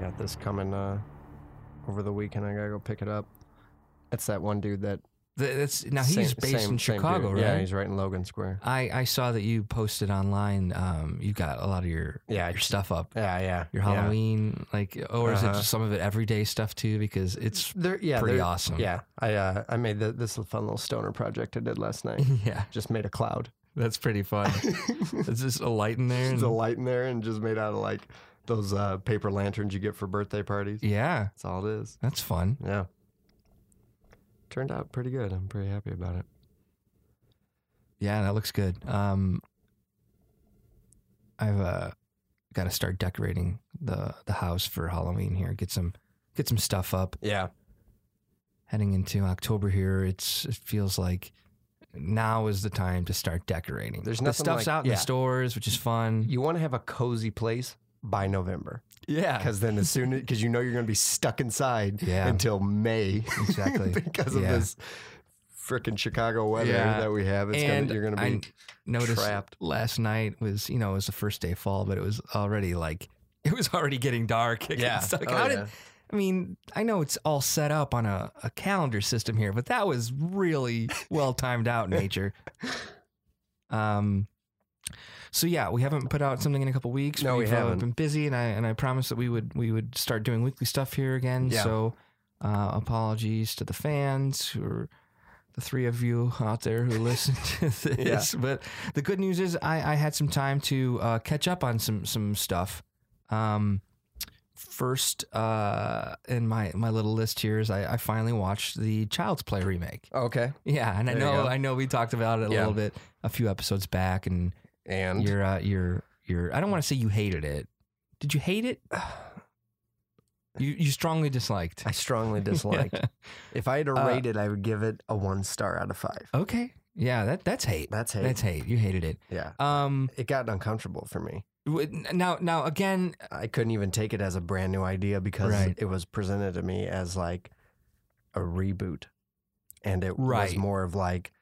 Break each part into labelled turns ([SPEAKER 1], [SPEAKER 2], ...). [SPEAKER 1] got this coming uh, over the weekend. I gotta go pick it up. It's that one dude that
[SPEAKER 2] Th- That's now he's
[SPEAKER 1] same-
[SPEAKER 2] based
[SPEAKER 1] same-
[SPEAKER 2] in
[SPEAKER 1] same dude.
[SPEAKER 2] Chicago, right? Oh,
[SPEAKER 1] Yeah, he's right in Logan Square.
[SPEAKER 2] I, I saw that you posted online. Um, you got a lot of your
[SPEAKER 1] Yeah,
[SPEAKER 2] your stuff up.
[SPEAKER 1] Yeah, yeah.
[SPEAKER 2] Your
[SPEAKER 1] yeah.
[SPEAKER 2] Halloween, like, oh, or is it
[SPEAKER 1] Uh-huh.
[SPEAKER 2] just some of it everyday stuff too? Because it's
[SPEAKER 1] They're, yeah,
[SPEAKER 2] pretty
[SPEAKER 1] they're-
[SPEAKER 2] awesome.
[SPEAKER 1] Yeah, I uh, I made the, this fun little stoner project I did last night.
[SPEAKER 2] yeah,
[SPEAKER 1] just made a cloud.
[SPEAKER 2] that's pretty fun. It's just a light in there.
[SPEAKER 1] There's a
[SPEAKER 2] and-
[SPEAKER 1] light in there and just made out of like those uh, paper lanterns you get for birthday parties.
[SPEAKER 2] yeah,
[SPEAKER 1] That's all it is.
[SPEAKER 2] that's fun.
[SPEAKER 1] Yeah. Turned out pretty good. I'm pretty happy about it.
[SPEAKER 2] Yeah, that looks good. Um, I've uh, got to start decorating the the house for Halloween here. Get some get some stuff up.
[SPEAKER 1] Yeah.
[SPEAKER 2] Heading into October here, it's it feels like now is the time to start decorating.
[SPEAKER 1] There's
[SPEAKER 2] the
[SPEAKER 1] nothing
[SPEAKER 2] stuff's
[SPEAKER 1] like-
[SPEAKER 2] out in
[SPEAKER 1] yeah.
[SPEAKER 2] the stores, which is fun.
[SPEAKER 1] You want to have a cozy place by November
[SPEAKER 2] Yeah,
[SPEAKER 1] because then as soon because you know you're going to be stuck inside
[SPEAKER 2] Yeah.
[SPEAKER 1] until May
[SPEAKER 2] exactly.
[SPEAKER 1] because of
[SPEAKER 2] Yeah.
[SPEAKER 1] this freaking Chicago weather
[SPEAKER 2] Yeah.
[SPEAKER 1] that we have. It's
[SPEAKER 2] and
[SPEAKER 1] gonna, you're going to
[SPEAKER 2] I
[SPEAKER 1] be
[SPEAKER 2] noticed
[SPEAKER 1] trapped.
[SPEAKER 2] last night was you know it was the first day of fall, but it was already like it was already getting dark. It's like,
[SPEAKER 1] Oh,
[SPEAKER 2] how did
[SPEAKER 1] yeah.
[SPEAKER 2] I mean, I know it's all set up on a, a calendar system here, but that was really well timed out, nature. Um, so yeah, we haven't put out something in a couple weeks.
[SPEAKER 1] No, we
[SPEAKER 2] We've, uh,
[SPEAKER 1] haven't.
[SPEAKER 2] been busy, and I and I promised that we would we would start doing weekly stuff here again.
[SPEAKER 1] Yeah.
[SPEAKER 2] So, uh, apologies to the fans who are the three of you out there who listened to this. But the good news is, I, I had some time to uh, catch up on some some stuff. Um, first uh, in my, my little list here is I, I finally watched the Child's Play remake.
[SPEAKER 1] okay.
[SPEAKER 2] Yeah, and I
[SPEAKER 1] There you
[SPEAKER 2] know
[SPEAKER 1] go.
[SPEAKER 2] I know we talked about it a
[SPEAKER 1] Yeah.
[SPEAKER 2] little bit a few episodes back, and
[SPEAKER 1] And
[SPEAKER 2] you're uh, you're you're I don't want to say you hated it. Did you hate it? You you strongly disliked.
[SPEAKER 1] I strongly disliked. If I had to
[SPEAKER 2] Uh,
[SPEAKER 1] rate it, I would give it a one star out of five.
[SPEAKER 2] okay, yeah, that that's hate.
[SPEAKER 1] That's hate.
[SPEAKER 2] That's hate. You hated it.
[SPEAKER 1] yeah.
[SPEAKER 2] Um,
[SPEAKER 1] It got uncomfortable for me.
[SPEAKER 2] w- now now again,
[SPEAKER 1] I couldn't even take it as a brand new idea because
[SPEAKER 2] Right.
[SPEAKER 1] it was presented to me as like a reboot. And it was
[SPEAKER 2] Right.
[SPEAKER 1] more of like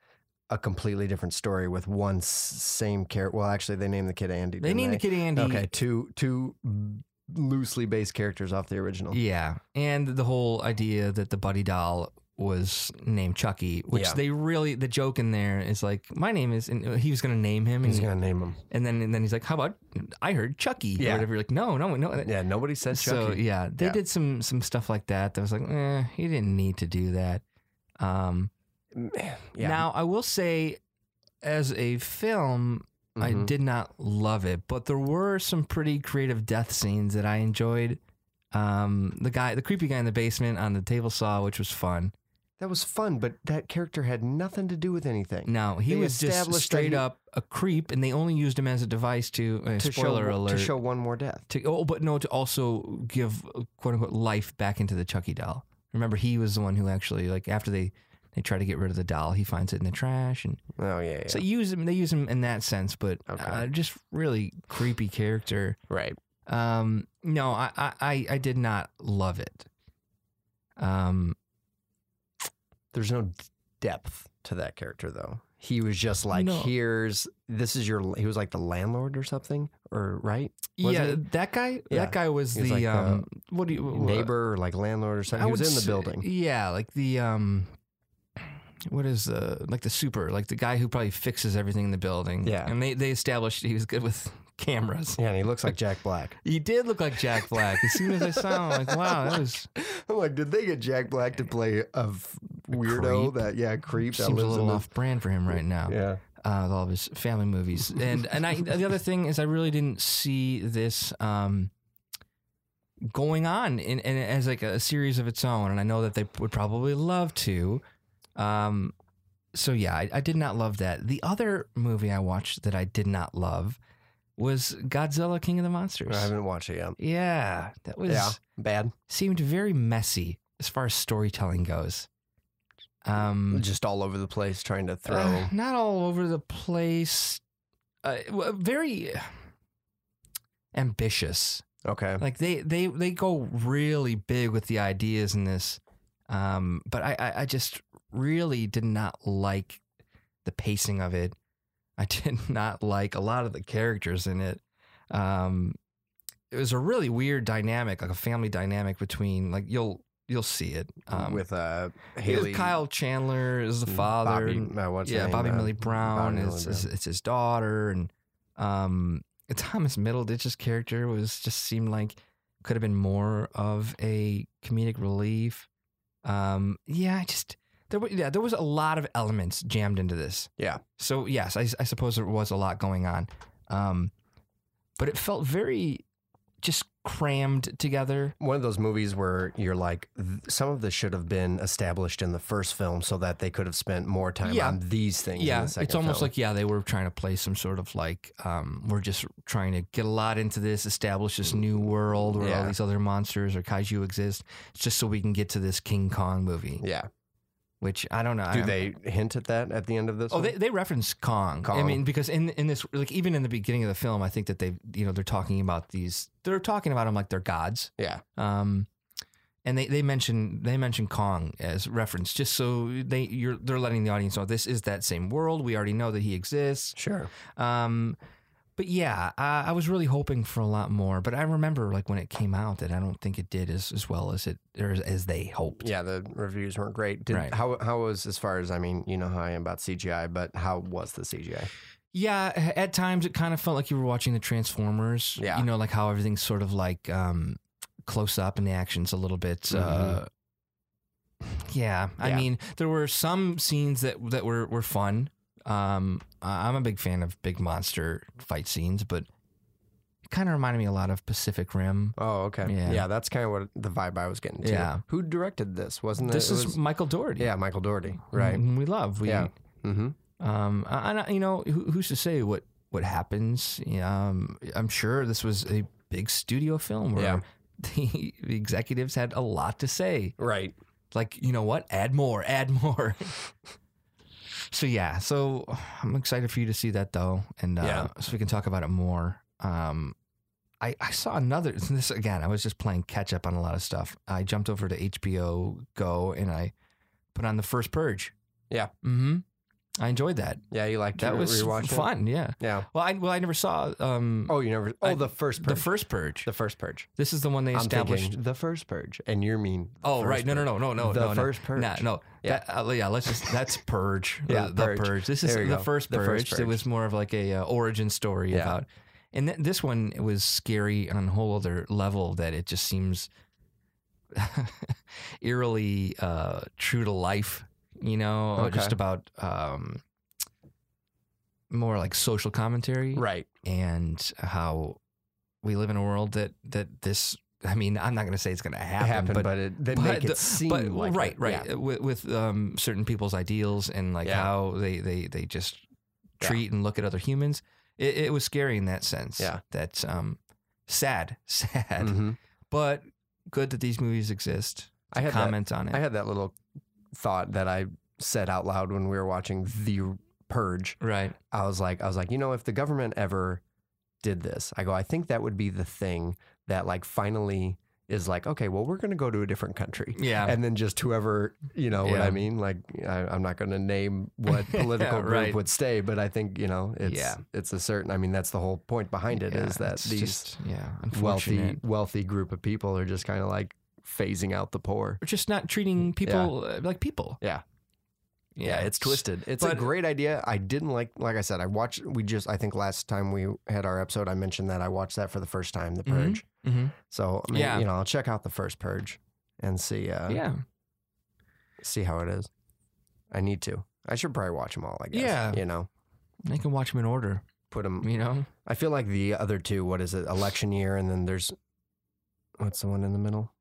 [SPEAKER 1] a completely different story with one s- same character. Well, actually, they named the kid Andy.
[SPEAKER 2] they
[SPEAKER 1] didn't
[SPEAKER 2] named the kid Andy.
[SPEAKER 1] Okay, two two loosely based characters off the original.
[SPEAKER 2] Yeah, and the whole idea that the buddy doll was named Chucky, which
[SPEAKER 1] Yeah.
[SPEAKER 2] they really the joke in there is like, my name is, and uh, he was gonna name him, and,
[SPEAKER 1] He's gonna name him.
[SPEAKER 2] and then and then he's like, how about I heard Chucky
[SPEAKER 1] Yeah.
[SPEAKER 2] or whatever. You're like, no, no, no.
[SPEAKER 1] Yeah, nobody said Chucky.
[SPEAKER 2] So yeah, they
[SPEAKER 1] Yeah.
[SPEAKER 2] did some some stuff like that. That was like, eh, he didn't need to do that. Um,
[SPEAKER 1] Man, yeah.
[SPEAKER 2] Now I will say, as a film, I
[SPEAKER 1] Mhm.
[SPEAKER 2] did not love it, but there were some pretty creative death scenes that I enjoyed. Um, the guy, the creepy guy in the basement on the table saw, which was fun.
[SPEAKER 1] That was fun, but that character had nothing to do with anything.
[SPEAKER 2] No, he
[SPEAKER 1] They
[SPEAKER 2] was just
[SPEAKER 1] established that
[SPEAKER 2] straight
[SPEAKER 1] he-
[SPEAKER 2] up a creep, and they only used him as a device to, uh,
[SPEAKER 1] to
[SPEAKER 2] spoiler
[SPEAKER 1] show,
[SPEAKER 2] alert
[SPEAKER 1] To show one more death.
[SPEAKER 2] to- oh, but no, to also give uh, quote unquote life back into the Chucky doll. Remember, he was the one who actually like after they they try to get rid of the doll, he finds it in the trash, and
[SPEAKER 1] Oh yeah, yeah.
[SPEAKER 2] so use him. They use him in that sense, but
[SPEAKER 1] Okay.
[SPEAKER 2] uh, just really creepy character.
[SPEAKER 1] right.
[SPEAKER 2] Um, no, I, I- I, I did not love it. Um,
[SPEAKER 1] There's no d- depth to that character though. He was just like,
[SPEAKER 2] No.
[SPEAKER 1] here's this is your. He was like the landlord or something, or right Wasn't
[SPEAKER 2] yeah,
[SPEAKER 1] it?
[SPEAKER 2] that guy,
[SPEAKER 1] Yeah.
[SPEAKER 2] that guy was
[SPEAKER 1] He was
[SPEAKER 2] the,
[SPEAKER 1] like,
[SPEAKER 2] um, what do you, wha-
[SPEAKER 1] neighbor or like landlord or something. He was
[SPEAKER 2] would
[SPEAKER 1] in the
[SPEAKER 2] s-
[SPEAKER 1] building.
[SPEAKER 2] Yeah, like the, um, what is the, like the super, like the guy who probably fixes everything in the building.
[SPEAKER 1] Yeah.
[SPEAKER 2] And they, they established he was good with cameras.
[SPEAKER 1] Yeah, and he looks like Jack Black.
[SPEAKER 2] He did look like Jack Black. As soon as I saw him, I'm like, wow, that was,
[SPEAKER 1] I'm like, did they get Jack Black to play a f- weirdo
[SPEAKER 2] creep?
[SPEAKER 1] that yeah creep that
[SPEAKER 2] seems
[SPEAKER 1] lives
[SPEAKER 2] a
[SPEAKER 1] in
[SPEAKER 2] little
[SPEAKER 1] the-
[SPEAKER 2] off brand for him right now.
[SPEAKER 1] Yeah,
[SPEAKER 2] uh, with all of his family movies. And and I the other thing is I really didn't see this um, going on in, in as like a series of its own. And I know that they would probably love to. Um, so yeah, I, I did not love that. The other movie I watched that I did not love was Godzilla: King of the Monsters.
[SPEAKER 1] I haven't watched it yet.
[SPEAKER 2] yeah, that was
[SPEAKER 1] Yeah, bad.
[SPEAKER 2] seemed very messy as far as storytelling goes. Um,
[SPEAKER 1] Just all over the place trying to throw.
[SPEAKER 2] uh, not all over the place. Uh, w- very ambitious.
[SPEAKER 1] okay.
[SPEAKER 2] Like they they they go really big with the ideas in this. Um, but I, I I just really did not like the pacing of it. I did not like a lot of the characters in it. Um, it was a really weird dynamic, like a family dynamic between like you'll you'll see it um,
[SPEAKER 1] with uh,
[SPEAKER 2] you have
[SPEAKER 1] Haley. mm,
[SPEAKER 2] Kyle Chandler is the father.
[SPEAKER 1] Bobby,
[SPEAKER 2] and-
[SPEAKER 1] uh, what's her
[SPEAKER 2] yeah,
[SPEAKER 1] name?
[SPEAKER 2] Bobby
[SPEAKER 1] Uh,
[SPEAKER 2] Millie Brown
[SPEAKER 1] Bobby
[SPEAKER 2] is,
[SPEAKER 1] Millie
[SPEAKER 2] is it's his daughter, and um, Thomas Middleditch's character was just seemed like could have been more of a comedic relief. Um, yeah, I just there were yeah there was a lot of elements jammed into this.
[SPEAKER 1] Yeah.
[SPEAKER 2] So yes, I, I suppose there was a lot going on, um, but it felt very just crammed together.
[SPEAKER 1] one of those movies where you're like, th- some of this should have been established in the first film so that they could have spent more time
[SPEAKER 2] Yeah.
[SPEAKER 1] on these things. in
[SPEAKER 2] Yeah,
[SPEAKER 1] the second
[SPEAKER 2] it's almost
[SPEAKER 1] film.
[SPEAKER 2] like yeah, they were trying to play some sort of like um, we're just trying to get a lot into this, establish this new world where all
[SPEAKER 1] Yeah.
[SPEAKER 2] these other monsters or kaiju exist, just so we can get to this King Kong movie.
[SPEAKER 1] yeah.
[SPEAKER 2] Which I don't know.
[SPEAKER 1] Do
[SPEAKER 2] I,
[SPEAKER 1] they hint at that at the end of this?
[SPEAKER 2] Oh,
[SPEAKER 1] one?
[SPEAKER 2] they, they reference Kong. I
[SPEAKER 1] Kong.
[SPEAKER 2] mean, because in in this like even in the beginning of the film, I think that they you know they're talking about these. They're talking about them like they're gods.
[SPEAKER 1] Yeah.
[SPEAKER 2] Um, and they, they mention they mention Kong as reference just so they you're they're letting the audience know this is that same world. We already know that he exists.
[SPEAKER 1] sure.
[SPEAKER 2] Um, but yeah, I, I was really hoping for a lot more. But I remember like when it came out that I don't think it did as, as well as it or as, as they hoped.
[SPEAKER 1] Yeah, the reviews weren't great. Did,
[SPEAKER 2] Right.
[SPEAKER 1] How how was as far as I mean, you know how I am about CGI, but how was the CGI?
[SPEAKER 2] Yeah, h- at times it kind of felt like you were watching the Transformers.
[SPEAKER 1] Yeah.
[SPEAKER 2] you know, like how everything's sort of like um, close up and the action's a little bit. Uh, yeah,
[SPEAKER 1] Mm-hmm.
[SPEAKER 2] I
[SPEAKER 1] Yeah.
[SPEAKER 2] mean, there were some scenes that that were were fun. Um, I- I'm a big fan of big monster fight scenes, but it kind of reminded me a lot of Pacific Rim.
[SPEAKER 1] Oh, okay.
[SPEAKER 2] Yeah.
[SPEAKER 1] Yeah, that's kind of what the vibe I was getting. Too.
[SPEAKER 2] Yeah.
[SPEAKER 1] Who directed this? Wasn't
[SPEAKER 2] This
[SPEAKER 1] it? it
[SPEAKER 2] is Mm-hmm.
[SPEAKER 1] was-
[SPEAKER 2] Michael Doherty.
[SPEAKER 1] yeah, Michael Doherty. Right.
[SPEAKER 2] whom We love. We,
[SPEAKER 1] Yeah. Mm-hmm.
[SPEAKER 2] Um, I, I don't- you know, who, who's to say what what happens? Um, I'm sure this was a big studio film where
[SPEAKER 1] Yeah.
[SPEAKER 2] the, the executives had a lot to say.
[SPEAKER 1] Right.
[SPEAKER 2] Like, you know what? Add more. Add more. so yeah. So I'm excited for you to see that though, and uh,
[SPEAKER 1] Yeah.
[SPEAKER 2] so we can talk about it more. Um, I, I saw another this again. I was just playing catch up on a lot of stuff. I jumped over to HBO Go and I put on the first Purge.
[SPEAKER 1] Yeah.
[SPEAKER 2] Mm-hmm. I enjoyed that.
[SPEAKER 1] Yeah, you liked
[SPEAKER 2] That
[SPEAKER 1] re-
[SPEAKER 2] was
[SPEAKER 1] rewatching it?
[SPEAKER 2] fun. Yeah.
[SPEAKER 1] Yeah.
[SPEAKER 2] Well, I well I never saw um
[SPEAKER 1] Oh, you never. Oh,
[SPEAKER 2] I-
[SPEAKER 1] the first
[SPEAKER 2] the
[SPEAKER 1] purge.
[SPEAKER 2] first purge.
[SPEAKER 1] The first purge.
[SPEAKER 2] This is the one they established.
[SPEAKER 1] I'm thinking the first purge, and you mean? the
[SPEAKER 2] oh
[SPEAKER 1] first
[SPEAKER 2] right. No no
[SPEAKER 1] purge.
[SPEAKER 2] no no no
[SPEAKER 1] The
[SPEAKER 2] no, no.
[SPEAKER 1] first purge.
[SPEAKER 2] Nah, no.
[SPEAKER 1] Yeah.
[SPEAKER 2] That- uh, yeah. Let's just that's purge.
[SPEAKER 1] Yeah,
[SPEAKER 2] The, the purge.
[SPEAKER 1] Purge.
[SPEAKER 2] This is
[SPEAKER 1] There
[SPEAKER 2] the
[SPEAKER 1] you go.
[SPEAKER 2] first
[SPEAKER 1] The
[SPEAKER 2] purge.
[SPEAKER 1] first
[SPEAKER 2] It
[SPEAKER 1] Purge.
[SPEAKER 2] was more of like a uh, origin story
[SPEAKER 1] Yeah.
[SPEAKER 2] about. And th- this one it was scary on a whole other level that it just seems eerily uh, true to life, you know,
[SPEAKER 1] Okay.
[SPEAKER 2] just about um, more like social commentary.
[SPEAKER 1] Right.
[SPEAKER 2] and how we live in a world that that this I mean I'm not going to say it's going to
[SPEAKER 1] It
[SPEAKER 2] happen,
[SPEAKER 1] happened, but,
[SPEAKER 2] but
[SPEAKER 1] it they
[SPEAKER 2] but
[SPEAKER 1] make
[SPEAKER 2] the-
[SPEAKER 1] it seem
[SPEAKER 2] but
[SPEAKER 1] like
[SPEAKER 2] right
[SPEAKER 1] it.
[SPEAKER 2] right
[SPEAKER 1] Yeah.
[SPEAKER 2] with, with um, certain people's ideals and like
[SPEAKER 1] Yeah.
[SPEAKER 2] how they they they just
[SPEAKER 1] Yeah.
[SPEAKER 2] treat and look at other humans. It, it was scary in that sense.
[SPEAKER 1] Yeah.
[SPEAKER 2] that's um, sad, sad,
[SPEAKER 1] Mhm.
[SPEAKER 2] but good that these movies exist.
[SPEAKER 1] I had that
[SPEAKER 2] Comment on it,
[SPEAKER 1] I had that little thought that I said out loud when we were watching The Purge.
[SPEAKER 2] right?
[SPEAKER 1] I was like, I was like, you know, if the government ever did this, I go, I think that would be the thing that like finally is like, okay, well, we're going to go to a different country.
[SPEAKER 2] Yeah,
[SPEAKER 1] And then just whoever, you know what
[SPEAKER 2] Yeah.
[SPEAKER 1] I mean? Like, I, I'm not going to name what political
[SPEAKER 2] Yeah,
[SPEAKER 1] group
[SPEAKER 2] right.
[SPEAKER 1] would stay, but I think, you know, it's,
[SPEAKER 2] Yeah.
[SPEAKER 1] it's a certain, I mean, that's the whole point behind it is
[SPEAKER 2] Yeah,
[SPEAKER 1] that
[SPEAKER 2] it's
[SPEAKER 1] these
[SPEAKER 2] just- yeah
[SPEAKER 1] wealthy,
[SPEAKER 2] unfortunate.
[SPEAKER 1] wealthy group of people are just kind of like phasing out the poor.
[SPEAKER 2] We're just not treating people uh, like people.
[SPEAKER 1] Yeah. Yeah, it's twisted. It's a
[SPEAKER 2] but-
[SPEAKER 1] great idea. I didn't like, like I said, I watched, we just, I think last time we had our episode, I mentioned that I watched that for the first time, The
[SPEAKER 2] Mhm.
[SPEAKER 1] Purge.
[SPEAKER 2] hmm
[SPEAKER 1] So, I mean,
[SPEAKER 2] Yeah.
[SPEAKER 1] you know, I'll check out The First Purge and see, uh,
[SPEAKER 2] yeah.
[SPEAKER 1] see how it is. I need to. I should probably watch them all, I guess.
[SPEAKER 2] Yeah.
[SPEAKER 1] You know,
[SPEAKER 2] I can watch them in order.
[SPEAKER 1] put them,
[SPEAKER 2] You know,
[SPEAKER 1] I feel like the other two, what is it, election year, and then there's, what's the one in the middle?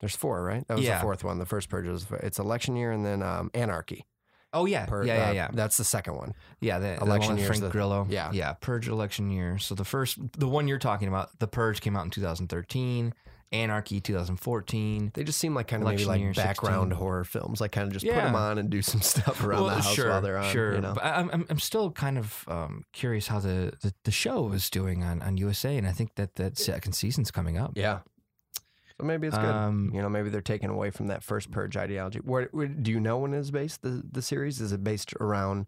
[SPEAKER 1] There's four, right? That was
[SPEAKER 2] Yeah.
[SPEAKER 1] the fourth one. The first purge was, it's election year and then um, anarchy.
[SPEAKER 2] Oh yeah,
[SPEAKER 1] Pur-
[SPEAKER 2] yeah, yeah,
[SPEAKER 1] uh,
[SPEAKER 2] yeah,
[SPEAKER 1] That's the second one.
[SPEAKER 2] yeah. The, the
[SPEAKER 1] election
[SPEAKER 2] one with
[SPEAKER 1] year's
[SPEAKER 2] Frank
[SPEAKER 1] the-
[SPEAKER 2] Grillo.
[SPEAKER 1] yeah.
[SPEAKER 2] yeah. Purge election year. So the first, the one you're talking about, the Purge came out in 2013. Anarchy 2014.
[SPEAKER 1] They just seem like kind of
[SPEAKER 2] Election
[SPEAKER 1] maybe
[SPEAKER 2] year
[SPEAKER 1] like background
[SPEAKER 2] 16.
[SPEAKER 1] horror films. Like kind of just put 'em put
[SPEAKER 2] Yeah.
[SPEAKER 1] them on and do some stuff around the house
[SPEAKER 2] sure,
[SPEAKER 1] while they're on.
[SPEAKER 2] sure.
[SPEAKER 1] You know?
[SPEAKER 2] But I- I'm, I'm I'm still kind of um, curious how the, the, the show is doing on, on USA, and I think that that second season's coming up.
[SPEAKER 1] Yeah. So maybe it's good.
[SPEAKER 2] Um,
[SPEAKER 1] you know, maybe they're taking away from that first purge ideology. Where, where- do you know when it is based? The the series is it based around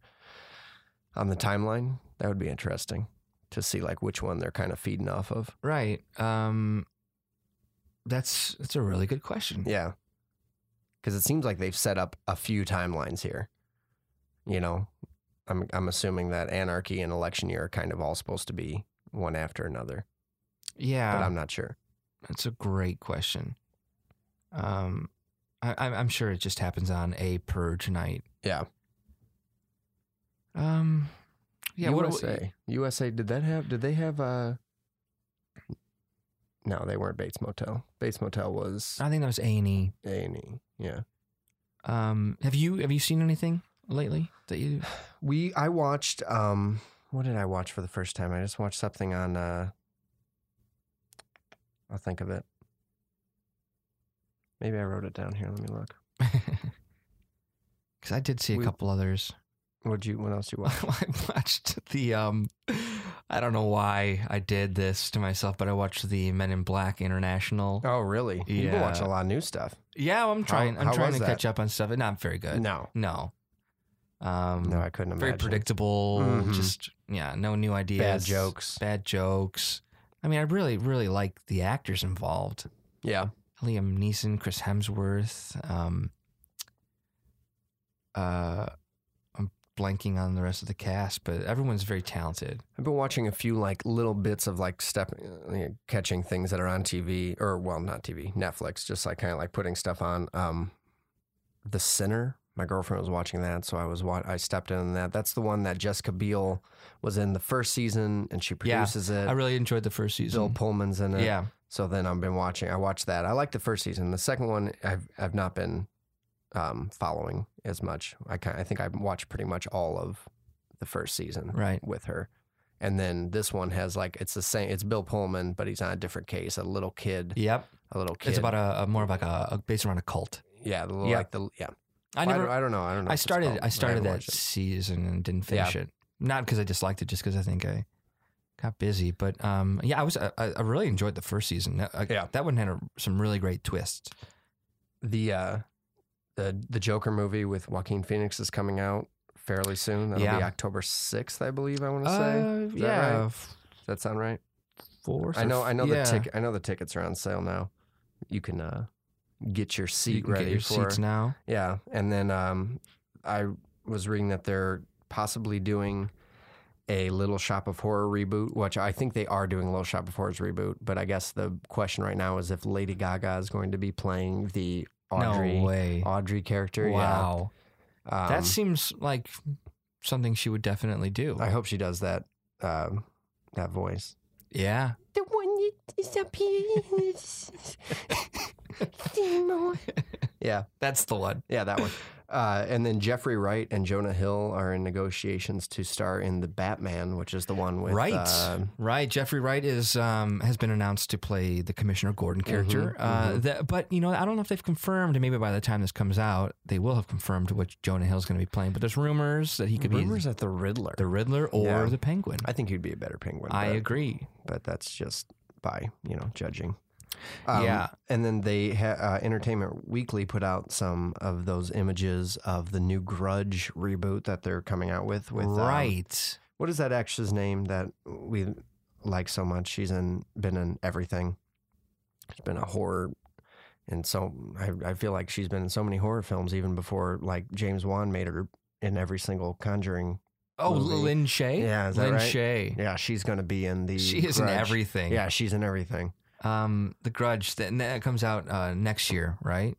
[SPEAKER 1] on the timeline? That would be interesting to see like which one they're kind of feeding off of.
[SPEAKER 2] Right. Um, that's that's a really good question.
[SPEAKER 1] Yeah. Cuz it seems like they've set up a few timelines here. You know, I'm I'm assuming that anarchy and election year are kind of all supposed to be one after another,
[SPEAKER 2] Yeah.
[SPEAKER 1] but I'm not sure.
[SPEAKER 2] That's a great question. Um, I, I'm I'm sure it just happens on a purge night.
[SPEAKER 1] Yeah.
[SPEAKER 2] Um, yeah. What, what-
[SPEAKER 1] USA. USA did that have did they have uh No, they weren't Bates Motel. Bates Motel was
[SPEAKER 2] I think that was A and E.
[SPEAKER 1] A&E. Yeah.
[SPEAKER 2] Um, have you have you seen anything lately that you?
[SPEAKER 1] We I watched um what did I watch for the first time? I just watched something on uh I'll think of it. Maybe I wrote it down here. Let me look.
[SPEAKER 2] Because I did see a
[SPEAKER 1] We-
[SPEAKER 2] couple others.
[SPEAKER 1] What'd you what else you watch?
[SPEAKER 2] I watched the um I don't know why I did this to myself, but I watched the Men in Black International.
[SPEAKER 1] oh really? You've been watching
[SPEAKER 2] Yeah.
[SPEAKER 1] a lot of new stuff.
[SPEAKER 2] Yeah, I'm trying I'm
[SPEAKER 1] how
[SPEAKER 2] trying
[SPEAKER 1] was
[SPEAKER 2] to
[SPEAKER 1] that?
[SPEAKER 2] catch up on stuff. Not very good.
[SPEAKER 1] No.
[SPEAKER 2] No. Um
[SPEAKER 1] No, I couldn't
[SPEAKER 2] very
[SPEAKER 1] imagine.
[SPEAKER 2] predictable,
[SPEAKER 1] Mhm.
[SPEAKER 2] just yeah, no new
[SPEAKER 1] Bad
[SPEAKER 2] ideas.
[SPEAKER 1] jokes.
[SPEAKER 2] Bad jokes. I mean, I really, really like the actors involved.
[SPEAKER 1] Yeah.
[SPEAKER 2] Liam Neeson, Chris Hemsworth. Um, uh, I'm blanking on the rest of the cast, but everyone's very talented.
[SPEAKER 1] I've been watching a few like little bits of like step you know, catching things that are on TV or well not TV Netflix just like kind of like putting stuff on um The Sinner my girlfriend was watching that so I was wa- I stepped in on that that's the one that Jessica Biel was in the first season and she
[SPEAKER 2] Yeah,
[SPEAKER 1] produces it
[SPEAKER 2] I really enjoyed the first season.
[SPEAKER 1] Uh, Bill Pullman's in it
[SPEAKER 2] yeah,
[SPEAKER 1] so then I've been watching I watched that I like the first season the second one I've I've not been um following as much I kind I think I watched pretty much all of the first season
[SPEAKER 2] right.
[SPEAKER 1] with her. And then this one has like it's the same. It's Bill Pullman, but he's on a different case. A little kid,
[SPEAKER 2] Yep.
[SPEAKER 1] a little kid.
[SPEAKER 2] It's about a, a more of like a, a based around a cult.
[SPEAKER 1] yeah, the little,
[SPEAKER 2] Yeah.
[SPEAKER 1] like the yeah. Well,
[SPEAKER 2] I never.
[SPEAKER 1] don't-
[SPEAKER 2] I,
[SPEAKER 1] I, don't know. I don't know. what it's
[SPEAKER 2] started.
[SPEAKER 1] called.
[SPEAKER 2] I started
[SPEAKER 1] haven't
[SPEAKER 2] that
[SPEAKER 1] watched it.
[SPEAKER 2] season and didn't finish it. Not because I disliked it, just because I think I got busy. But um, yeah, I was. I, I I really enjoyed the first season. That- I-
[SPEAKER 1] Yeah.
[SPEAKER 2] that one had a, some really great twists.
[SPEAKER 1] The uh, the the Joker movie with Joaquin Phoenix is coming out fairly soon. That'll
[SPEAKER 2] Yeah.
[SPEAKER 1] be October sixth, I believe. I want to say.
[SPEAKER 2] Uh,
[SPEAKER 1] Is that
[SPEAKER 2] yeah,
[SPEAKER 1] right?
[SPEAKER 2] f-
[SPEAKER 1] Does that sound right?
[SPEAKER 2] four.
[SPEAKER 1] I know. I know
[SPEAKER 2] yeah.
[SPEAKER 1] the tick. I know the tickets are on sale now. You can uh, get your seat
[SPEAKER 2] You can
[SPEAKER 1] ready
[SPEAKER 2] get your
[SPEAKER 1] for
[SPEAKER 2] seats now.
[SPEAKER 1] Yeah, and then um, I was reading that they're possibly doing a Little Shop of Horror reboot, which I think they are doing a Little Shop of Horror's reboot. But I guess the question right now is if Lady Gaga is going to be playing the Audrey
[SPEAKER 2] no way.
[SPEAKER 1] Audrey character.
[SPEAKER 2] Wow,
[SPEAKER 1] yeah. Um,
[SPEAKER 2] that seems like something she would definitely do.
[SPEAKER 1] I hope she does that. Um, that voice.
[SPEAKER 2] yeah.
[SPEAKER 3] The one that disappears. Seymour.
[SPEAKER 1] Yeah,
[SPEAKER 2] That's the one.
[SPEAKER 1] yeah, that one. Uh, and then Jeffrey Wright and Jonah Hill are in negotiations to star in the Batman, which is the one with
[SPEAKER 2] Right.
[SPEAKER 1] um,
[SPEAKER 2] Right, Jeffrey Wright is um, has been announced to play the Commissioner Gordon
[SPEAKER 1] Mhm,
[SPEAKER 2] character. uh,
[SPEAKER 1] mhm.
[SPEAKER 2] that- but you know, I don't know if they've confirmed. And maybe by the time this comes out, they will have confirmed what Jonah Hill's going to be playing. But there's rumors that he could
[SPEAKER 1] rumors
[SPEAKER 2] be
[SPEAKER 1] at the Riddler.
[SPEAKER 2] the Riddler or
[SPEAKER 1] Yeah.
[SPEAKER 2] the Penguin.
[SPEAKER 1] I think he'd be a better penguin.
[SPEAKER 2] I
[SPEAKER 1] but,
[SPEAKER 2] agree.
[SPEAKER 1] but that's just by you know judging. Um,
[SPEAKER 2] Yeah.
[SPEAKER 1] and then they ha- uh, Entertainment Weekly put out some of those images of the new Grudge reboot that they're coming out with. With um,
[SPEAKER 2] right,
[SPEAKER 1] what is that actress's name that we like so much? She's in been in everything. She's been a horror, and so I, I feel like she's been in so many horror films even before like James Wan made her in every single Conjuring.
[SPEAKER 2] oh,
[SPEAKER 1] movie.
[SPEAKER 2] Lynn Shay.
[SPEAKER 1] Yeah, is that
[SPEAKER 2] Lynn
[SPEAKER 1] right?
[SPEAKER 2] Shay.
[SPEAKER 1] Yeah, she's going to be in the.
[SPEAKER 2] She is in
[SPEAKER 1] Grudge.
[SPEAKER 2] everything.
[SPEAKER 1] Yeah, she's in everything.
[SPEAKER 2] Um, the Grudge that, and that comes out uh, next year, right?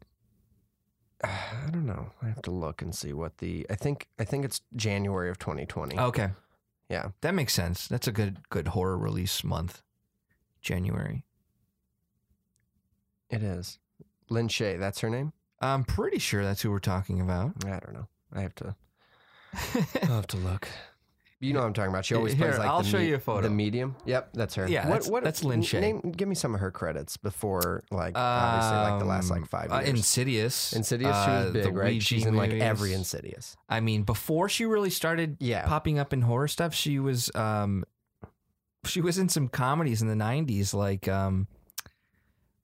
[SPEAKER 1] I don't know. I have to look and see what the. I think. I think it's January of 2020.
[SPEAKER 2] Okay.
[SPEAKER 1] Yeah.
[SPEAKER 2] That makes sense. That's a good good horror release month. January.
[SPEAKER 1] It is. Lynn Shay. That's her name.
[SPEAKER 2] I'm pretty sure that's who we're talking about.
[SPEAKER 1] I don't know. I have to. I have to look. You know what I'm talking about. She always
[SPEAKER 2] Here,
[SPEAKER 1] plays like
[SPEAKER 2] I'll
[SPEAKER 1] the
[SPEAKER 2] show
[SPEAKER 1] me-
[SPEAKER 2] you a photo.
[SPEAKER 1] The medium. Yep, that's her.
[SPEAKER 2] Yeah, that's- that's Lynn
[SPEAKER 1] n-
[SPEAKER 2] Shay.
[SPEAKER 1] Name, give me some of her credits before, like obviously, like the last like five
[SPEAKER 2] Um, uh,
[SPEAKER 1] years.
[SPEAKER 2] Insidious.
[SPEAKER 1] Insidious. she
[SPEAKER 2] uh,
[SPEAKER 1] was
[SPEAKER 2] the
[SPEAKER 1] big, right?
[SPEAKER 2] Ouija
[SPEAKER 1] She's in like every
[SPEAKER 2] movies.
[SPEAKER 1] Insidious.
[SPEAKER 2] I mean, before she really started
[SPEAKER 1] Yeah.
[SPEAKER 2] popping up in horror stuff, she was um, she was in some comedies in the '90s, like um,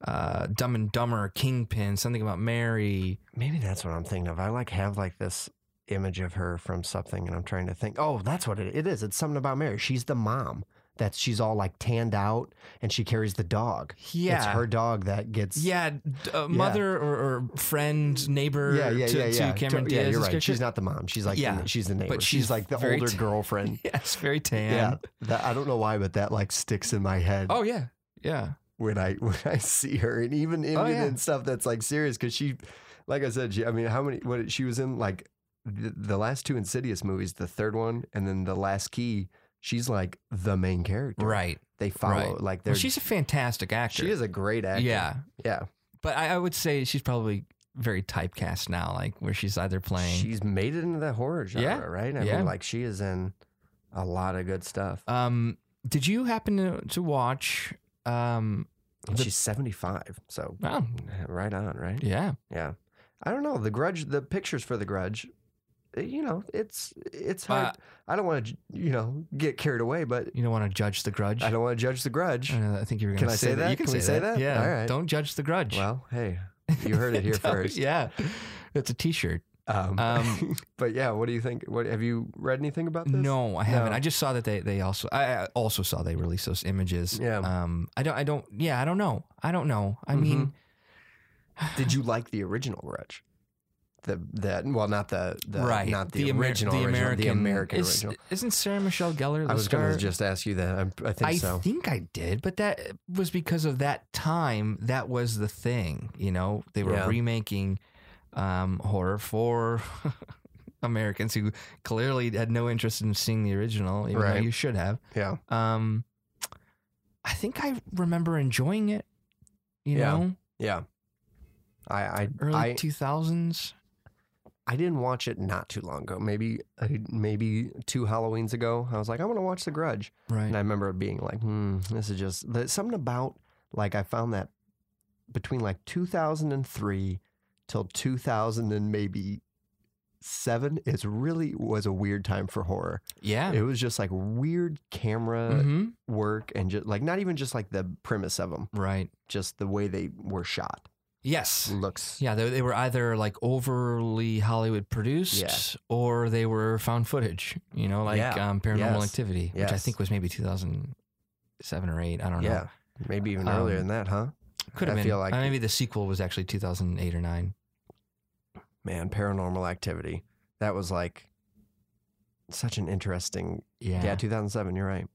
[SPEAKER 2] uh, Dumb and Dumber, Kingpin, something about Mary.
[SPEAKER 1] Maybe that's what I'm thinking of. I like have like this image of her from something, and I'm trying to think. Oh, that's what it, it is. It's something about Mary. She's the mom. that she's all like tanned out and she carries the dog.
[SPEAKER 2] Yeah.
[SPEAKER 1] It's her dog that gets.
[SPEAKER 2] Yeah, d- uh, mother Or, or friend, neighbor
[SPEAKER 1] Yeah, yeah,
[SPEAKER 2] to,
[SPEAKER 1] yeah, yeah.
[SPEAKER 2] to Cameron
[SPEAKER 1] yeah,
[SPEAKER 2] Diaz.
[SPEAKER 1] you're right. She's not the mom. She's like,
[SPEAKER 2] Yeah.
[SPEAKER 1] the, she's the neighbor.
[SPEAKER 2] she's
[SPEAKER 1] she's like the
[SPEAKER 2] very
[SPEAKER 1] older
[SPEAKER 2] t-
[SPEAKER 1] girlfriend.
[SPEAKER 2] yes, very tan.
[SPEAKER 1] Yeah, that, I don't know why, but that like sticks in my head
[SPEAKER 2] Oh yeah, yeah.
[SPEAKER 1] when I when I see her, and even Indian
[SPEAKER 2] Oh, yeah.
[SPEAKER 1] and stuff that's like serious because she, like I said, she, I mean, how many? What she was in like the, the last two Insidious movies, the third one, and then the last key. She's like the main character.
[SPEAKER 2] Right.
[SPEAKER 1] They follow
[SPEAKER 2] Right.
[SPEAKER 1] like they're.
[SPEAKER 2] Well, she's a fantastic actor.
[SPEAKER 1] she is a great actor.
[SPEAKER 2] Yeah,
[SPEAKER 1] yeah.
[SPEAKER 2] but I, I would say she's probably very typecast now, like where she's either playing.
[SPEAKER 1] She's made it into the horror genre,
[SPEAKER 2] Yeah.
[SPEAKER 1] right? I
[SPEAKER 2] Yeah.
[SPEAKER 1] mean, like she is in a lot of good stuff.
[SPEAKER 2] um, did you happen to to watch? Um,
[SPEAKER 1] And
[SPEAKER 2] the-
[SPEAKER 1] she's seventy five, so
[SPEAKER 2] wow,
[SPEAKER 1] right on, right?
[SPEAKER 2] yeah,
[SPEAKER 1] Yeah. I don't know. The grudge, the pictures for the grudge, eh, you know, it's it's hard.
[SPEAKER 2] Uh,
[SPEAKER 1] I don't want to, you know, get carried away, but
[SPEAKER 2] you don't want to judge the grudge.
[SPEAKER 1] I don't want to judge the grudge.
[SPEAKER 2] I, know, I think you were going
[SPEAKER 1] Can
[SPEAKER 2] to
[SPEAKER 1] I
[SPEAKER 2] say,
[SPEAKER 1] say that?
[SPEAKER 2] You can,
[SPEAKER 1] Can we
[SPEAKER 2] say,
[SPEAKER 1] say
[SPEAKER 2] that.
[SPEAKER 1] that?
[SPEAKER 2] Yeah.
[SPEAKER 1] All right.
[SPEAKER 2] Don't judge the grudge.
[SPEAKER 1] Well, hey, you heard it here
[SPEAKER 2] Don't-
[SPEAKER 1] first.
[SPEAKER 2] Yeah, it's a T-shirt.
[SPEAKER 1] Um,
[SPEAKER 2] Um,
[SPEAKER 1] but yeah, what do you think? What have you read anything about this?
[SPEAKER 2] No, I haven't.
[SPEAKER 1] No.
[SPEAKER 2] I just saw that they they also I I also saw they released those images.
[SPEAKER 1] Yeah. Mm-hmm.
[SPEAKER 2] Um. I don't. I don't. Yeah. I don't know. I don't know. I mean,
[SPEAKER 1] Did you like the original grudge? The that well, not the, the
[SPEAKER 2] right.
[SPEAKER 1] not the,
[SPEAKER 2] Amer-
[SPEAKER 1] original, original, the American
[SPEAKER 2] is,
[SPEAKER 1] original.
[SPEAKER 2] Isn't Sarah Michelle Gellar the
[SPEAKER 1] I was
[SPEAKER 2] star?
[SPEAKER 1] going to just ask you that. I'm, I think
[SPEAKER 2] I
[SPEAKER 1] so.
[SPEAKER 2] think I did, but that was because of that time. That was the thing. You know, they were
[SPEAKER 1] Yeah.
[SPEAKER 2] remaking um, horror for Americans who clearly had no interest in seeing the original, even though
[SPEAKER 1] Right.
[SPEAKER 2] you should have.
[SPEAKER 1] yeah.
[SPEAKER 2] Um, I think I remember enjoying it. You
[SPEAKER 1] Yeah.
[SPEAKER 2] know,
[SPEAKER 1] Yeah. I I
[SPEAKER 2] early
[SPEAKER 1] I,
[SPEAKER 2] two thousands.
[SPEAKER 1] I didn't watch it not too long ago. Maybe uh, maybe two Halloweens ago. I was like, I want to watch The Grudge,
[SPEAKER 2] Right.
[SPEAKER 1] and I remember it being like, hmm, this is just there's something about like I found that between like 2003 till 2000 and maybe seven, it's really was a weird time for horror.
[SPEAKER 2] yeah.
[SPEAKER 1] It was just like weird camera
[SPEAKER 2] hmm
[SPEAKER 1] work and just like not even just like the premise of them,
[SPEAKER 2] Right.
[SPEAKER 1] just the way they were shot
[SPEAKER 2] Yes.
[SPEAKER 1] looks.
[SPEAKER 2] Yeah, they, they were either like overly Hollywood produced or they were found footage, you know, like
[SPEAKER 1] Yeah.
[SPEAKER 2] um, Paranormal
[SPEAKER 1] Yes.
[SPEAKER 2] Activity, which I
[SPEAKER 1] Yes.
[SPEAKER 2] think was maybe 2007 or 8. I don't know.
[SPEAKER 1] Yeah, maybe even earlier than
[SPEAKER 2] Um,
[SPEAKER 1] that, huh?
[SPEAKER 2] Could have
[SPEAKER 1] I
[SPEAKER 2] been.
[SPEAKER 1] feel like-
[SPEAKER 2] Uh, maybe the sequel was actually 2008 or 9.
[SPEAKER 1] man, paranormal activity. That was like such an interesting.
[SPEAKER 2] Yeah.
[SPEAKER 1] Yeah, 2007. You're right.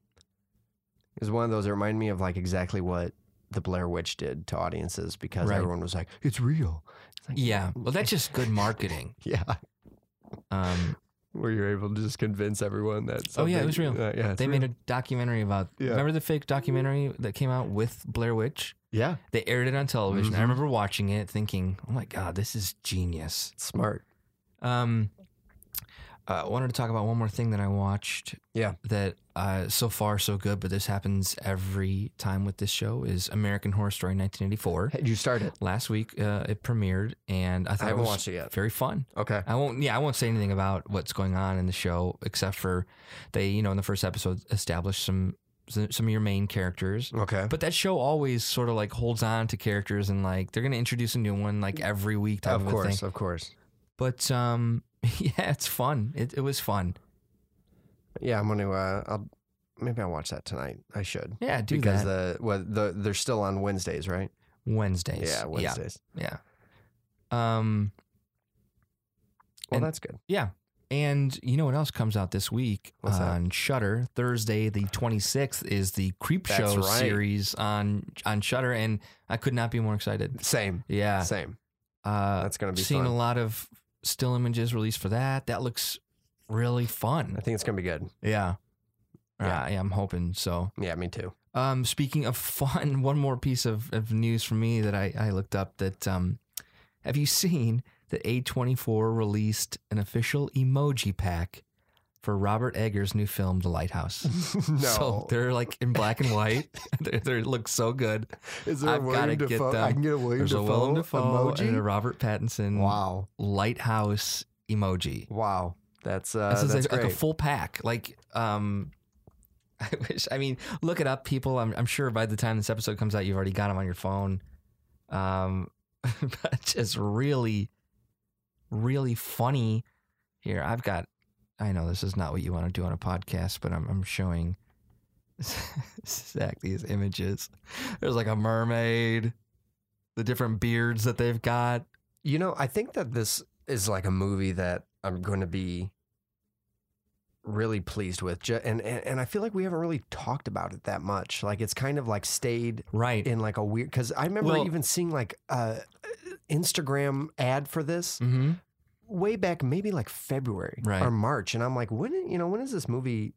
[SPEAKER 1] It was one of those that reminded me of like exactly what the Blair Witch did to audiences because
[SPEAKER 2] Right.
[SPEAKER 1] everyone was like, "It's real." It's like,
[SPEAKER 2] Yeah. Well, that's just good marketing.
[SPEAKER 1] yeah.
[SPEAKER 2] Um,
[SPEAKER 1] Where you're able to just convince everyone that.
[SPEAKER 2] Oh, yeah, it was
[SPEAKER 1] something-
[SPEAKER 2] real.
[SPEAKER 1] uh, yeah, it's
[SPEAKER 2] they
[SPEAKER 1] real.
[SPEAKER 2] made a documentary about.
[SPEAKER 1] Yeah.
[SPEAKER 2] Remember the fake documentary that came out with Blair Witch?
[SPEAKER 1] yeah,
[SPEAKER 2] They aired it on television. I
[SPEAKER 1] Mhm.
[SPEAKER 2] remember watching it, thinking, "Oh my god, this is genius."
[SPEAKER 1] smart.
[SPEAKER 2] Um, uh, I wanted to talk about one more thing that I watched.
[SPEAKER 1] Yeah.
[SPEAKER 2] That uh, so far so good, but this happens every time with this show is American Horror Story 1984.
[SPEAKER 1] Hey, you started.
[SPEAKER 2] Last week uh, it premiered, and I thought
[SPEAKER 1] I
[SPEAKER 2] it
[SPEAKER 1] haven't
[SPEAKER 2] was
[SPEAKER 1] watched it yet.
[SPEAKER 2] very fun.
[SPEAKER 1] Okay.
[SPEAKER 2] I won't. Yeah, I won't say anything about what's going on in the show, except for they, you know, in the first episode, establish some some some of your main characters.
[SPEAKER 1] Okay.
[SPEAKER 2] But that show always sort of like holds on to characters, and like they're going to introduce a new one like every week. Type of,
[SPEAKER 1] of
[SPEAKER 2] a thing.
[SPEAKER 1] course, of course.
[SPEAKER 2] But um, yeah, it's fun. It, it was fun.
[SPEAKER 1] Yeah, I'm gonna. Uh, I'll maybe I'll watch that tonight. I should
[SPEAKER 2] Yeah, do
[SPEAKER 1] because
[SPEAKER 2] that
[SPEAKER 1] the well, the they're still on Wednesdays, right?
[SPEAKER 2] Wednesdays.
[SPEAKER 1] Yeah, Wednesdays.
[SPEAKER 2] Yeah, yeah. Um,
[SPEAKER 1] Well,
[SPEAKER 2] And-
[SPEAKER 1] that's good.
[SPEAKER 2] and you know what else comes out this week
[SPEAKER 1] What's that?
[SPEAKER 2] on Shutter? Thursday, the twenty sixth, is the Creep
[SPEAKER 1] That's
[SPEAKER 2] Show
[SPEAKER 1] right.
[SPEAKER 2] series on on Shutter, and I could not be more excited.
[SPEAKER 1] Same,
[SPEAKER 2] Yeah,
[SPEAKER 1] same.
[SPEAKER 2] uh,
[SPEAKER 1] That's gonna be
[SPEAKER 2] seeing
[SPEAKER 1] fun.
[SPEAKER 2] a lot of still images released for that. That looks really
[SPEAKER 1] I
[SPEAKER 2] fun.
[SPEAKER 1] think it's gonna be good.
[SPEAKER 2] Yeah, Uh,
[SPEAKER 1] Yeah.
[SPEAKER 2] yeah, yeah I'm hoping so.
[SPEAKER 1] Yeah, me too.
[SPEAKER 2] Um, speaking of fun, one more piece of, of news for me that I, I looked up that um, have you seen that A24 released an official emoji pack for Robert Eggers' new film, The Lighthouse?
[SPEAKER 1] no,
[SPEAKER 2] So they're like in black and white. they they look so good.
[SPEAKER 1] is
[SPEAKER 2] I've gotta get them.
[SPEAKER 1] get a William
[SPEAKER 2] There's a Willem Dafoe and a Robert Pattinson
[SPEAKER 1] Wow,
[SPEAKER 2] Lighthouse emoji.
[SPEAKER 1] wow. That's uh,
[SPEAKER 2] this is
[SPEAKER 1] that's
[SPEAKER 2] like, like
[SPEAKER 1] great.
[SPEAKER 2] a full pack. Like, um, I wish. I mean, look it up, people. I'm, I'm sure by the time this episode comes out, you've already got them on your phone. Um, but just really, really funny. Here, I've got. I know this is not what you want to do on a podcast, but I'm, I'm showing Zach, these images. There's like a mermaid, the different beards that they've got.
[SPEAKER 1] You know, I think that this is like a movie that I'm going to be really pleased with, Ju- and, and and I feel like we haven't really talked about it that much. Like it's kind of like stayed
[SPEAKER 2] Right.
[SPEAKER 1] in like a weird because I remember
[SPEAKER 2] Well-
[SPEAKER 1] even seeing like a Instagram ad for this
[SPEAKER 2] Mm-hmm.
[SPEAKER 1] way back maybe like February
[SPEAKER 2] Right.
[SPEAKER 1] or March, and I'm like, when you know when is this movie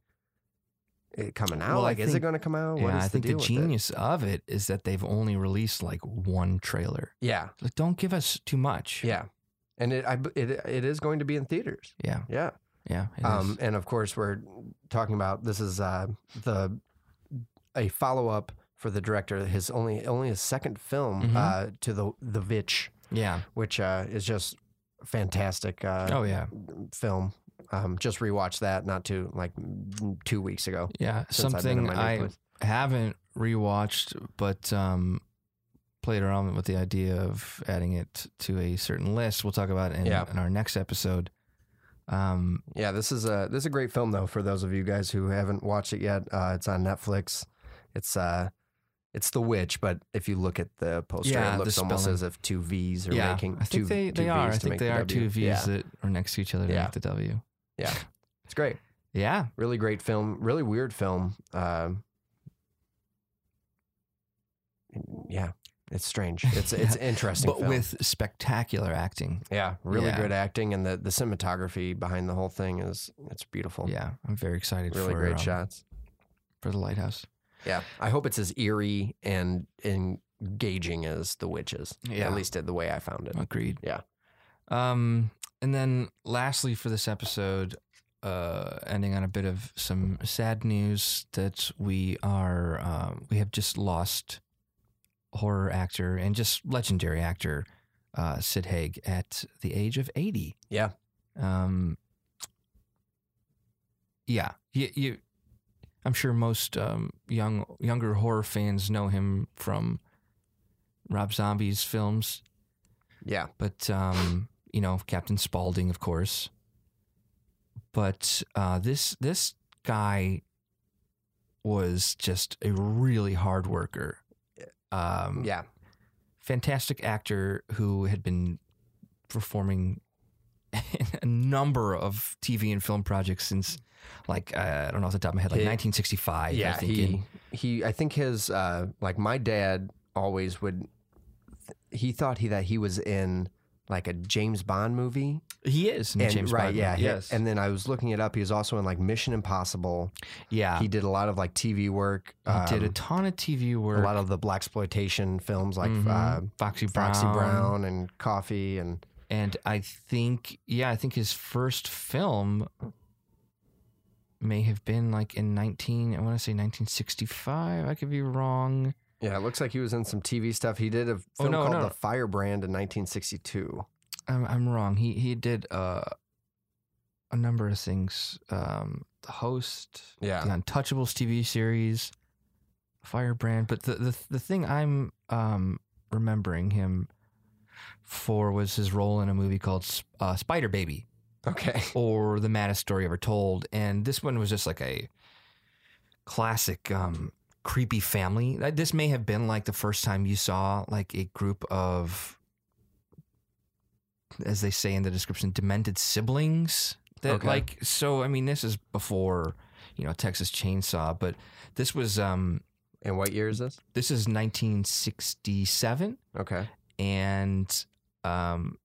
[SPEAKER 1] eh, coming out?
[SPEAKER 2] Well, I
[SPEAKER 1] like, is it
[SPEAKER 2] think-
[SPEAKER 1] going to come out? What is
[SPEAKER 2] yeah, I
[SPEAKER 1] the
[SPEAKER 2] think the
[SPEAKER 1] deal with it?
[SPEAKER 2] genius of it is that they've only released like one trailer.
[SPEAKER 1] Yeah,
[SPEAKER 2] Like, don't give us too much.
[SPEAKER 1] yeah, and it I b it it is going to be in theaters.
[SPEAKER 2] Yeah.
[SPEAKER 1] Yeah,
[SPEAKER 2] Yeah. it is.
[SPEAKER 1] um, and of course we're talking about this is uh, the a follow up for the director his only only his second film
[SPEAKER 2] Mhm.
[SPEAKER 1] uh, to the the Vitch,
[SPEAKER 2] yeah.
[SPEAKER 1] which uh, is just fantastic uh,
[SPEAKER 2] Oh, yeah.
[SPEAKER 1] film. Um, just rewatched that not too like two weeks ago.
[SPEAKER 2] Yeah.
[SPEAKER 1] since I've been in
[SPEAKER 2] Something
[SPEAKER 1] my new
[SPEAKER 2] I
[SPEAKER 1] place.
[SPEAKER 2] haven't rewatched, but um, played around with the idea of adding it to a certain list. We'll talk about it in,
[SPEAKER 1] Yeah.
[SPEAKER 2] in our next episode. Um,
[SPEAKER 1] Yeah, this is a this is a great film though for those of you guys who haven't watched it yet. Uh, it's on Netflix. It's uh, it's The Witch, but if you look at the poster,
[SPEAKER 2] Yeah,
[SPEAKER 1] it
[SPEAKER 2] the
[SPEAKER 1] looks almost
[SPEAKER 2] spelling.
[SPEAKER 1] as if two V's are
[SPEAKER 2] yeah,
[SPEAKER 1] making.
[SPEAKER 2] I think
[SPEAKER 1] two,
[SPEAKER 2] they,
[SPEAKER 1] two
[SPEAKER 2] they are.
[SPEAKER 1] V's
[SPEAKER 2] I
[SPEAKER 1] to
[SPEAKER 2] think
[SPEAKER 1] make
[SPEAKER 2] they
[SPEAKER 1] the
[SPEAKER 2] are
[SPEAKER 1] W.
[SPEAKER 2] two V's
[SPEAKER 1] Yeah,
[SPEAKER 2] that are next to each other to
[SPEAKER 1] Yeah.
[SPEAKER 2] make the W.
[SPEAKER 1] it's great.
[SPEAKER 2] Yeah.
[SPEAKER 1] Really great film. Really weird film. Um, yeah, it's strange. It's it's
[SPEAKER 2] Yeah.
[SPEAKER 1] interesting.
[SPEAKER 2] But
[SPEAKER 1] film.
[SPEAKER 2] with spectacular acting.
[SPEAKER 1] yeah, really
[SPEAKER 2] Yeah.
[SPEAKER 1] good acting and the the cinematography behind the whole thing is it's beautiful.
[SPEAKER 2] Yeah. I'm very excited
[SPEAKER 1] really
[SPEAKER 2] for,
[SPEAKER 1] great
[SPEAKER 2] um,
[SPEAKER 1] shots.
[SPEAKER 2] for the lighthouse.
[SPEAKER 1] Yeah, I hope it's as eerie and engaging as The Witches.
[SPEAKER 2] Yeah.
[SPEAKER 1] at least the way I found it.
[SPEAKER 2] Agreed.
[SPEAKER 1] Yeah.
[SPEAKER 2] Um, and then lastly for this episode, uh, ending on a bit of some sad news that we are um, we have just lost horror actor and just legendary actor uh, Sid Haig at the age of eighty.
[SPEAKER 1] Yeah.
[SPEAKER 2] Um. Yeah. You. you I'm sure most um, young younger horror fans know him from Rob Zombie's films
[SPEAKER 1] Yeah,
[SPEAKER 2] but um, you know Captain Spaulding, of course. But uh, this this guy was just a really hard worker. Um,
[SPEAKER 1] yeah,
[SPEAKER 2] fantastic actor who had been performing in a number of TV and film projects since, like I don't know off the top of my head, like
[SPEAKER 1] He-
[SPEAKER 2] 1965. I
[SPEAKER 1] yeah.
[SPEAKER 2] think,
[SPEAKER 1] He
[SPEAKER 2] and-
[SPEAKER 1] he. I think his uh, like my dad always would. He thought he that he was in like a James Bond movie.
[SPEAKER 2] he is in the
[SPEAKER 1] And-
[SPEAKER 2] James
[SPEAKER 1] right,
[SPEAKER 2] Bond
[SPEAKER 1] yeah,
[SPEAKER 2] movie.
[SPEAKER 1] he-
[SPEAKER 2] yes,
[SPEAKER 1] and then I was looking it up. He was also in like Mission Impossible.
[SPEAKER 2] yeah,
[SPEAKER 1] He
[SPEAKER 2] he,
[SPEAKER 1] did a lot of like TV work.
[SPEAKER 2] Ah. did a
[SPEAKER 1] um,
[SPEAKER 2] ton of TV work.
[SPEAKER 1] a lot of the black exploitation films like
[SPEAKER 2] Mhm.
[SPEAKER 1] uh,
[SPEAKER 2] Foxy Brown,
[SPEAKER 1] Foxy Brown and Coffee and
[SPEAKER 2] and I think yeah, I think his first film may have been like in 19 I want to say 1965. I could be wrong.
[SPEAKER 1] Yeah, it looks like he was in some TV stuff. He did a film
[SPEAKER 2] Oh, no,
[SPEAKER 1] called
[SPEAKER 2] no.
[SPEAKER 1] The Firebrand in 1962.
[SPEAKER 2] I'm I'm wrong. He he did uh a number of things. Um the host,
[SPEAKER 1] Yeah.
[SPEAKER 2] the Untouchables TV series, Firebrand, but the the the thing I'm um remembering him for was his role in a movie called S- uh, Spider Baby.
[SPEAKER 1] Okay.
[SPEAKER 2] or the maddest story ever told. And this one was just like a classic um, creepy family. Uh, This may have been like the first time you saw like a group of, as they say in the description, demented siblings. That
[SPEAKER 1] Okay.
[SPEAKER 2] like so. I mean, this is before you know Texas Chainsaw, but this was um
[SPEAKER 1] And what year is this?
[SPEAKER 2] this is 1967,
[SPEAKER 1] Okay.
[SPEAKER 2] and um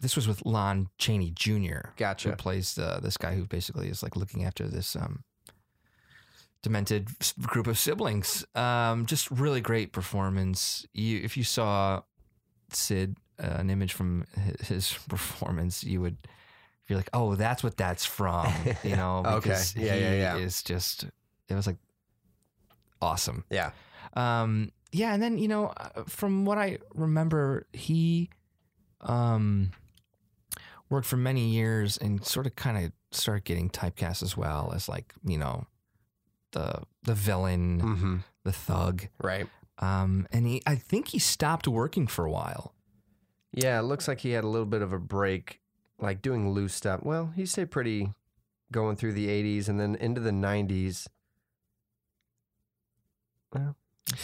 [SPEAKER 2] this was with Lon Chaney Jr who
[SPEAKER 1] Gotcha.
[SPEAKER 2] plays the this guy who basically is like looking after this um demented s- group of siblings. Um, just really great performance. You if you saw Sid uh, an image from hi- his performance, you would be like, "Oh, that's what that's from," you know?
[SPEAKER 1] Okay.
[SPEAKER 2] Because
[SPEAKER 1] Yeah,
[SPEAKER 2] he
[SPEAKER 1] yeah, yeah.
[SPEAKER 2] is just it was like awesome.
[SPEAKER 1] Yeah.
[SPEAKER 2] Um, yeah, and then you know, uh, from what I remember, he um, worked for many years and sort of kind of started getting typecast as well as like you know the the villain,
[SPEAKER 1] Mm-hmm.
[SPEAKER 2] the thug.
[SPEAKER 1] Right.
[SPEAKER 2] Um, and he, I think he stopped working for a while.
[SPEAKER 1] Yeah, it looks like he had a little bit of a break, like doing loose stuff. Well, he stayed pretty going through the 80s and then into the 90s.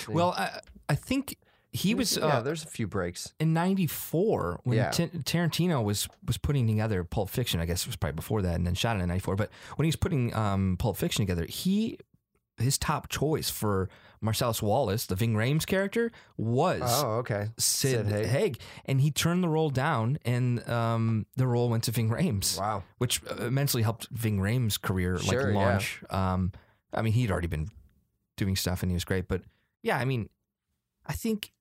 [SPEAKER 2] Well, I, I think he was
[SPEAKER 1] Hmm. yeah,
[SPEAKER 2] uh,
[SPEAKER 1] there's a few breaks.
[SPEAKER 2] in '94 when
[SPEAKER 1] Yeah.
[SPEAKER 2] Ta- Tarantino was was putting together Pulp Fiction. I guess it was probably before that, and then shot it in '94. But when he was putting um, Pulp Fiction together, he his top choice for Marcellus Wallace, the Ving Rhames character, was
[SPEAKER 1] Oh, okay. Sid
[SPEAKER 2] Sid, Haig.
[SPEAKER 1] Haig.
[SPEAKER 2] and he turned the role down, and um, the role went to Ving Rhames,
[SPEAKER 1] Wow.
[SPEAKER 2] which uh, immensely helped Ving Rhames' career
[SPEAKER 1] Sure,
[SPEAKER 2] like
[SPEAKER 1] yeah.
[SPEAKER 2] launch. Um, I mean, he'd already been doing stuff, and he was great, but yeah, I mean, I think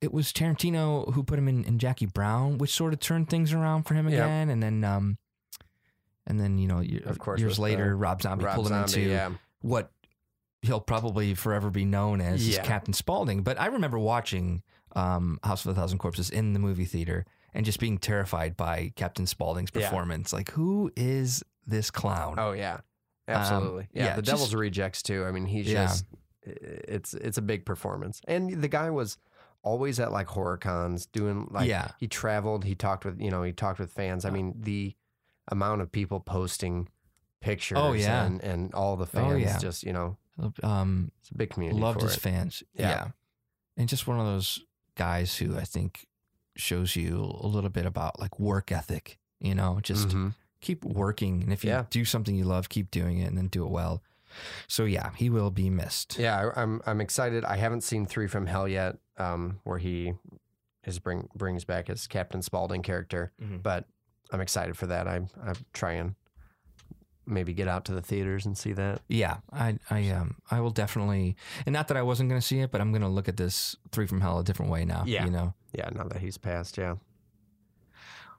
[SPEAKER 2] it was Tarantino who put him in, in Jackie Brown, which sort of turned things around for him
[SPEAKER 1] Yeah.
[SPEAKER 2] again, and then. Um, and then you know, y-
[SPEAKER 1] Of course,
[SPEAKER 2] years
[SPEAKER 1] with, uh,
[SPEAKER 2] later, Rob Zombie
[SPEAKER 1] Rob
[SPEAKER 2] pulled him
[SPEAKER 1] Zombie,
[SPEAKER 2] into
[SPEAKER 1] yeah.
[SPEAKER 2] what he'll probably forever be known as is
[SPEAKER 1] Yeah.
[SPEAKER 2] Captain Spaulding. But I remember watching um, House of a Thousand Corpses in the movie theater and just being terrified by Captain Spaulding's
[SPEAKER 1] Yeah.
[SPEAKER 2] performance. Like, who is this clown?
[SPEAKER 1] Oh yeah, absolutely. yeah,
[SPEAKER 2] um, yeah,
[SPEAKER 1] the
[SPEAKER 2] just-
[SPEAKER 1] Devil's Rejects too. I mean, he's
[SPEAKER 2] Yeah.
[SPEAKER 1] just it's it's a big performance, and the guy was always at like horror cons doing like
[SPEAKER 2] Yeah.
[SPEAKER 1] he traveled, he talked with you know he talked with fans. I mean, the amount of people posting pictures,
[SPEAKER 2] Oh, yeah.
[SPEAKER 1] and, and all the
[SPEAKER 2] Oh,
[SPEAKER 1] fans
[SPEAKER 2] yeah.
[SPEAKER 1] just you know
[SPEAKER 2] Um,
[SPEAKER 1] it's a big community.
[SPEAKER 2] loved
[SPEAKER 1] for
[SPEAKER 2] his
[SPEAKER 1] it.
[SPEAKER 2] fans. Yeah.
[SPEAKER 1] Yeah.
[SPEAKER 2] And just one of those guys who I think shows you a little bit about like work ethic, you know, just
[SPEAKER 1] Mhm.
[SPEAKER 2] keep working. And if you
[SPEAKER 1] Yeah.
[SPEAKER 2] do something you love, keep doing it and then do it well. So yeah, he will be missed.
[SPEAKER 1] yeah, I, I'm I'm excited. I haven't seen Three from Hell yet, um, where he is bring brings back his Captain Spaulding character.
[SPEAKER 2] Mhm.
[SPEAKER 1] but I'm excited for that. I I try and maybe get out to the theaters and see that.
[SPEAKER 2] Yeah, I I um I will definitely, and not that I wasn't going to see it, but I'm going to look at this Three from Hell a different way now.
[SPEAKER 1] Yeah.
[SPEAKER 2] you know.
[SPEAKER 1] Yeah, now that he's passed. Yeah.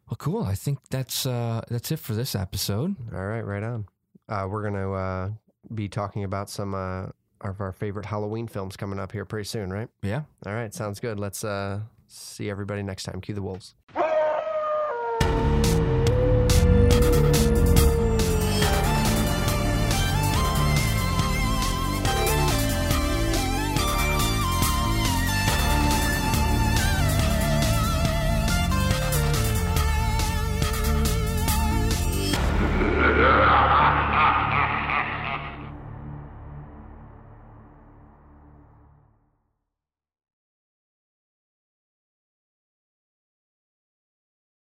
[SPEAKER 2] Well, cool. I think that's uh that's it for this episode.
[SPEAKER 1] All right, right on. Uh, we're gonna uh, be talking about some uh, of our favorite Halloween films coming up here pretty soon, right?
[SPEAKER 2] Yeah.
[SPEAKER 1] All right, sounds good. Let's uh, see everybody next time. Cue the wolves.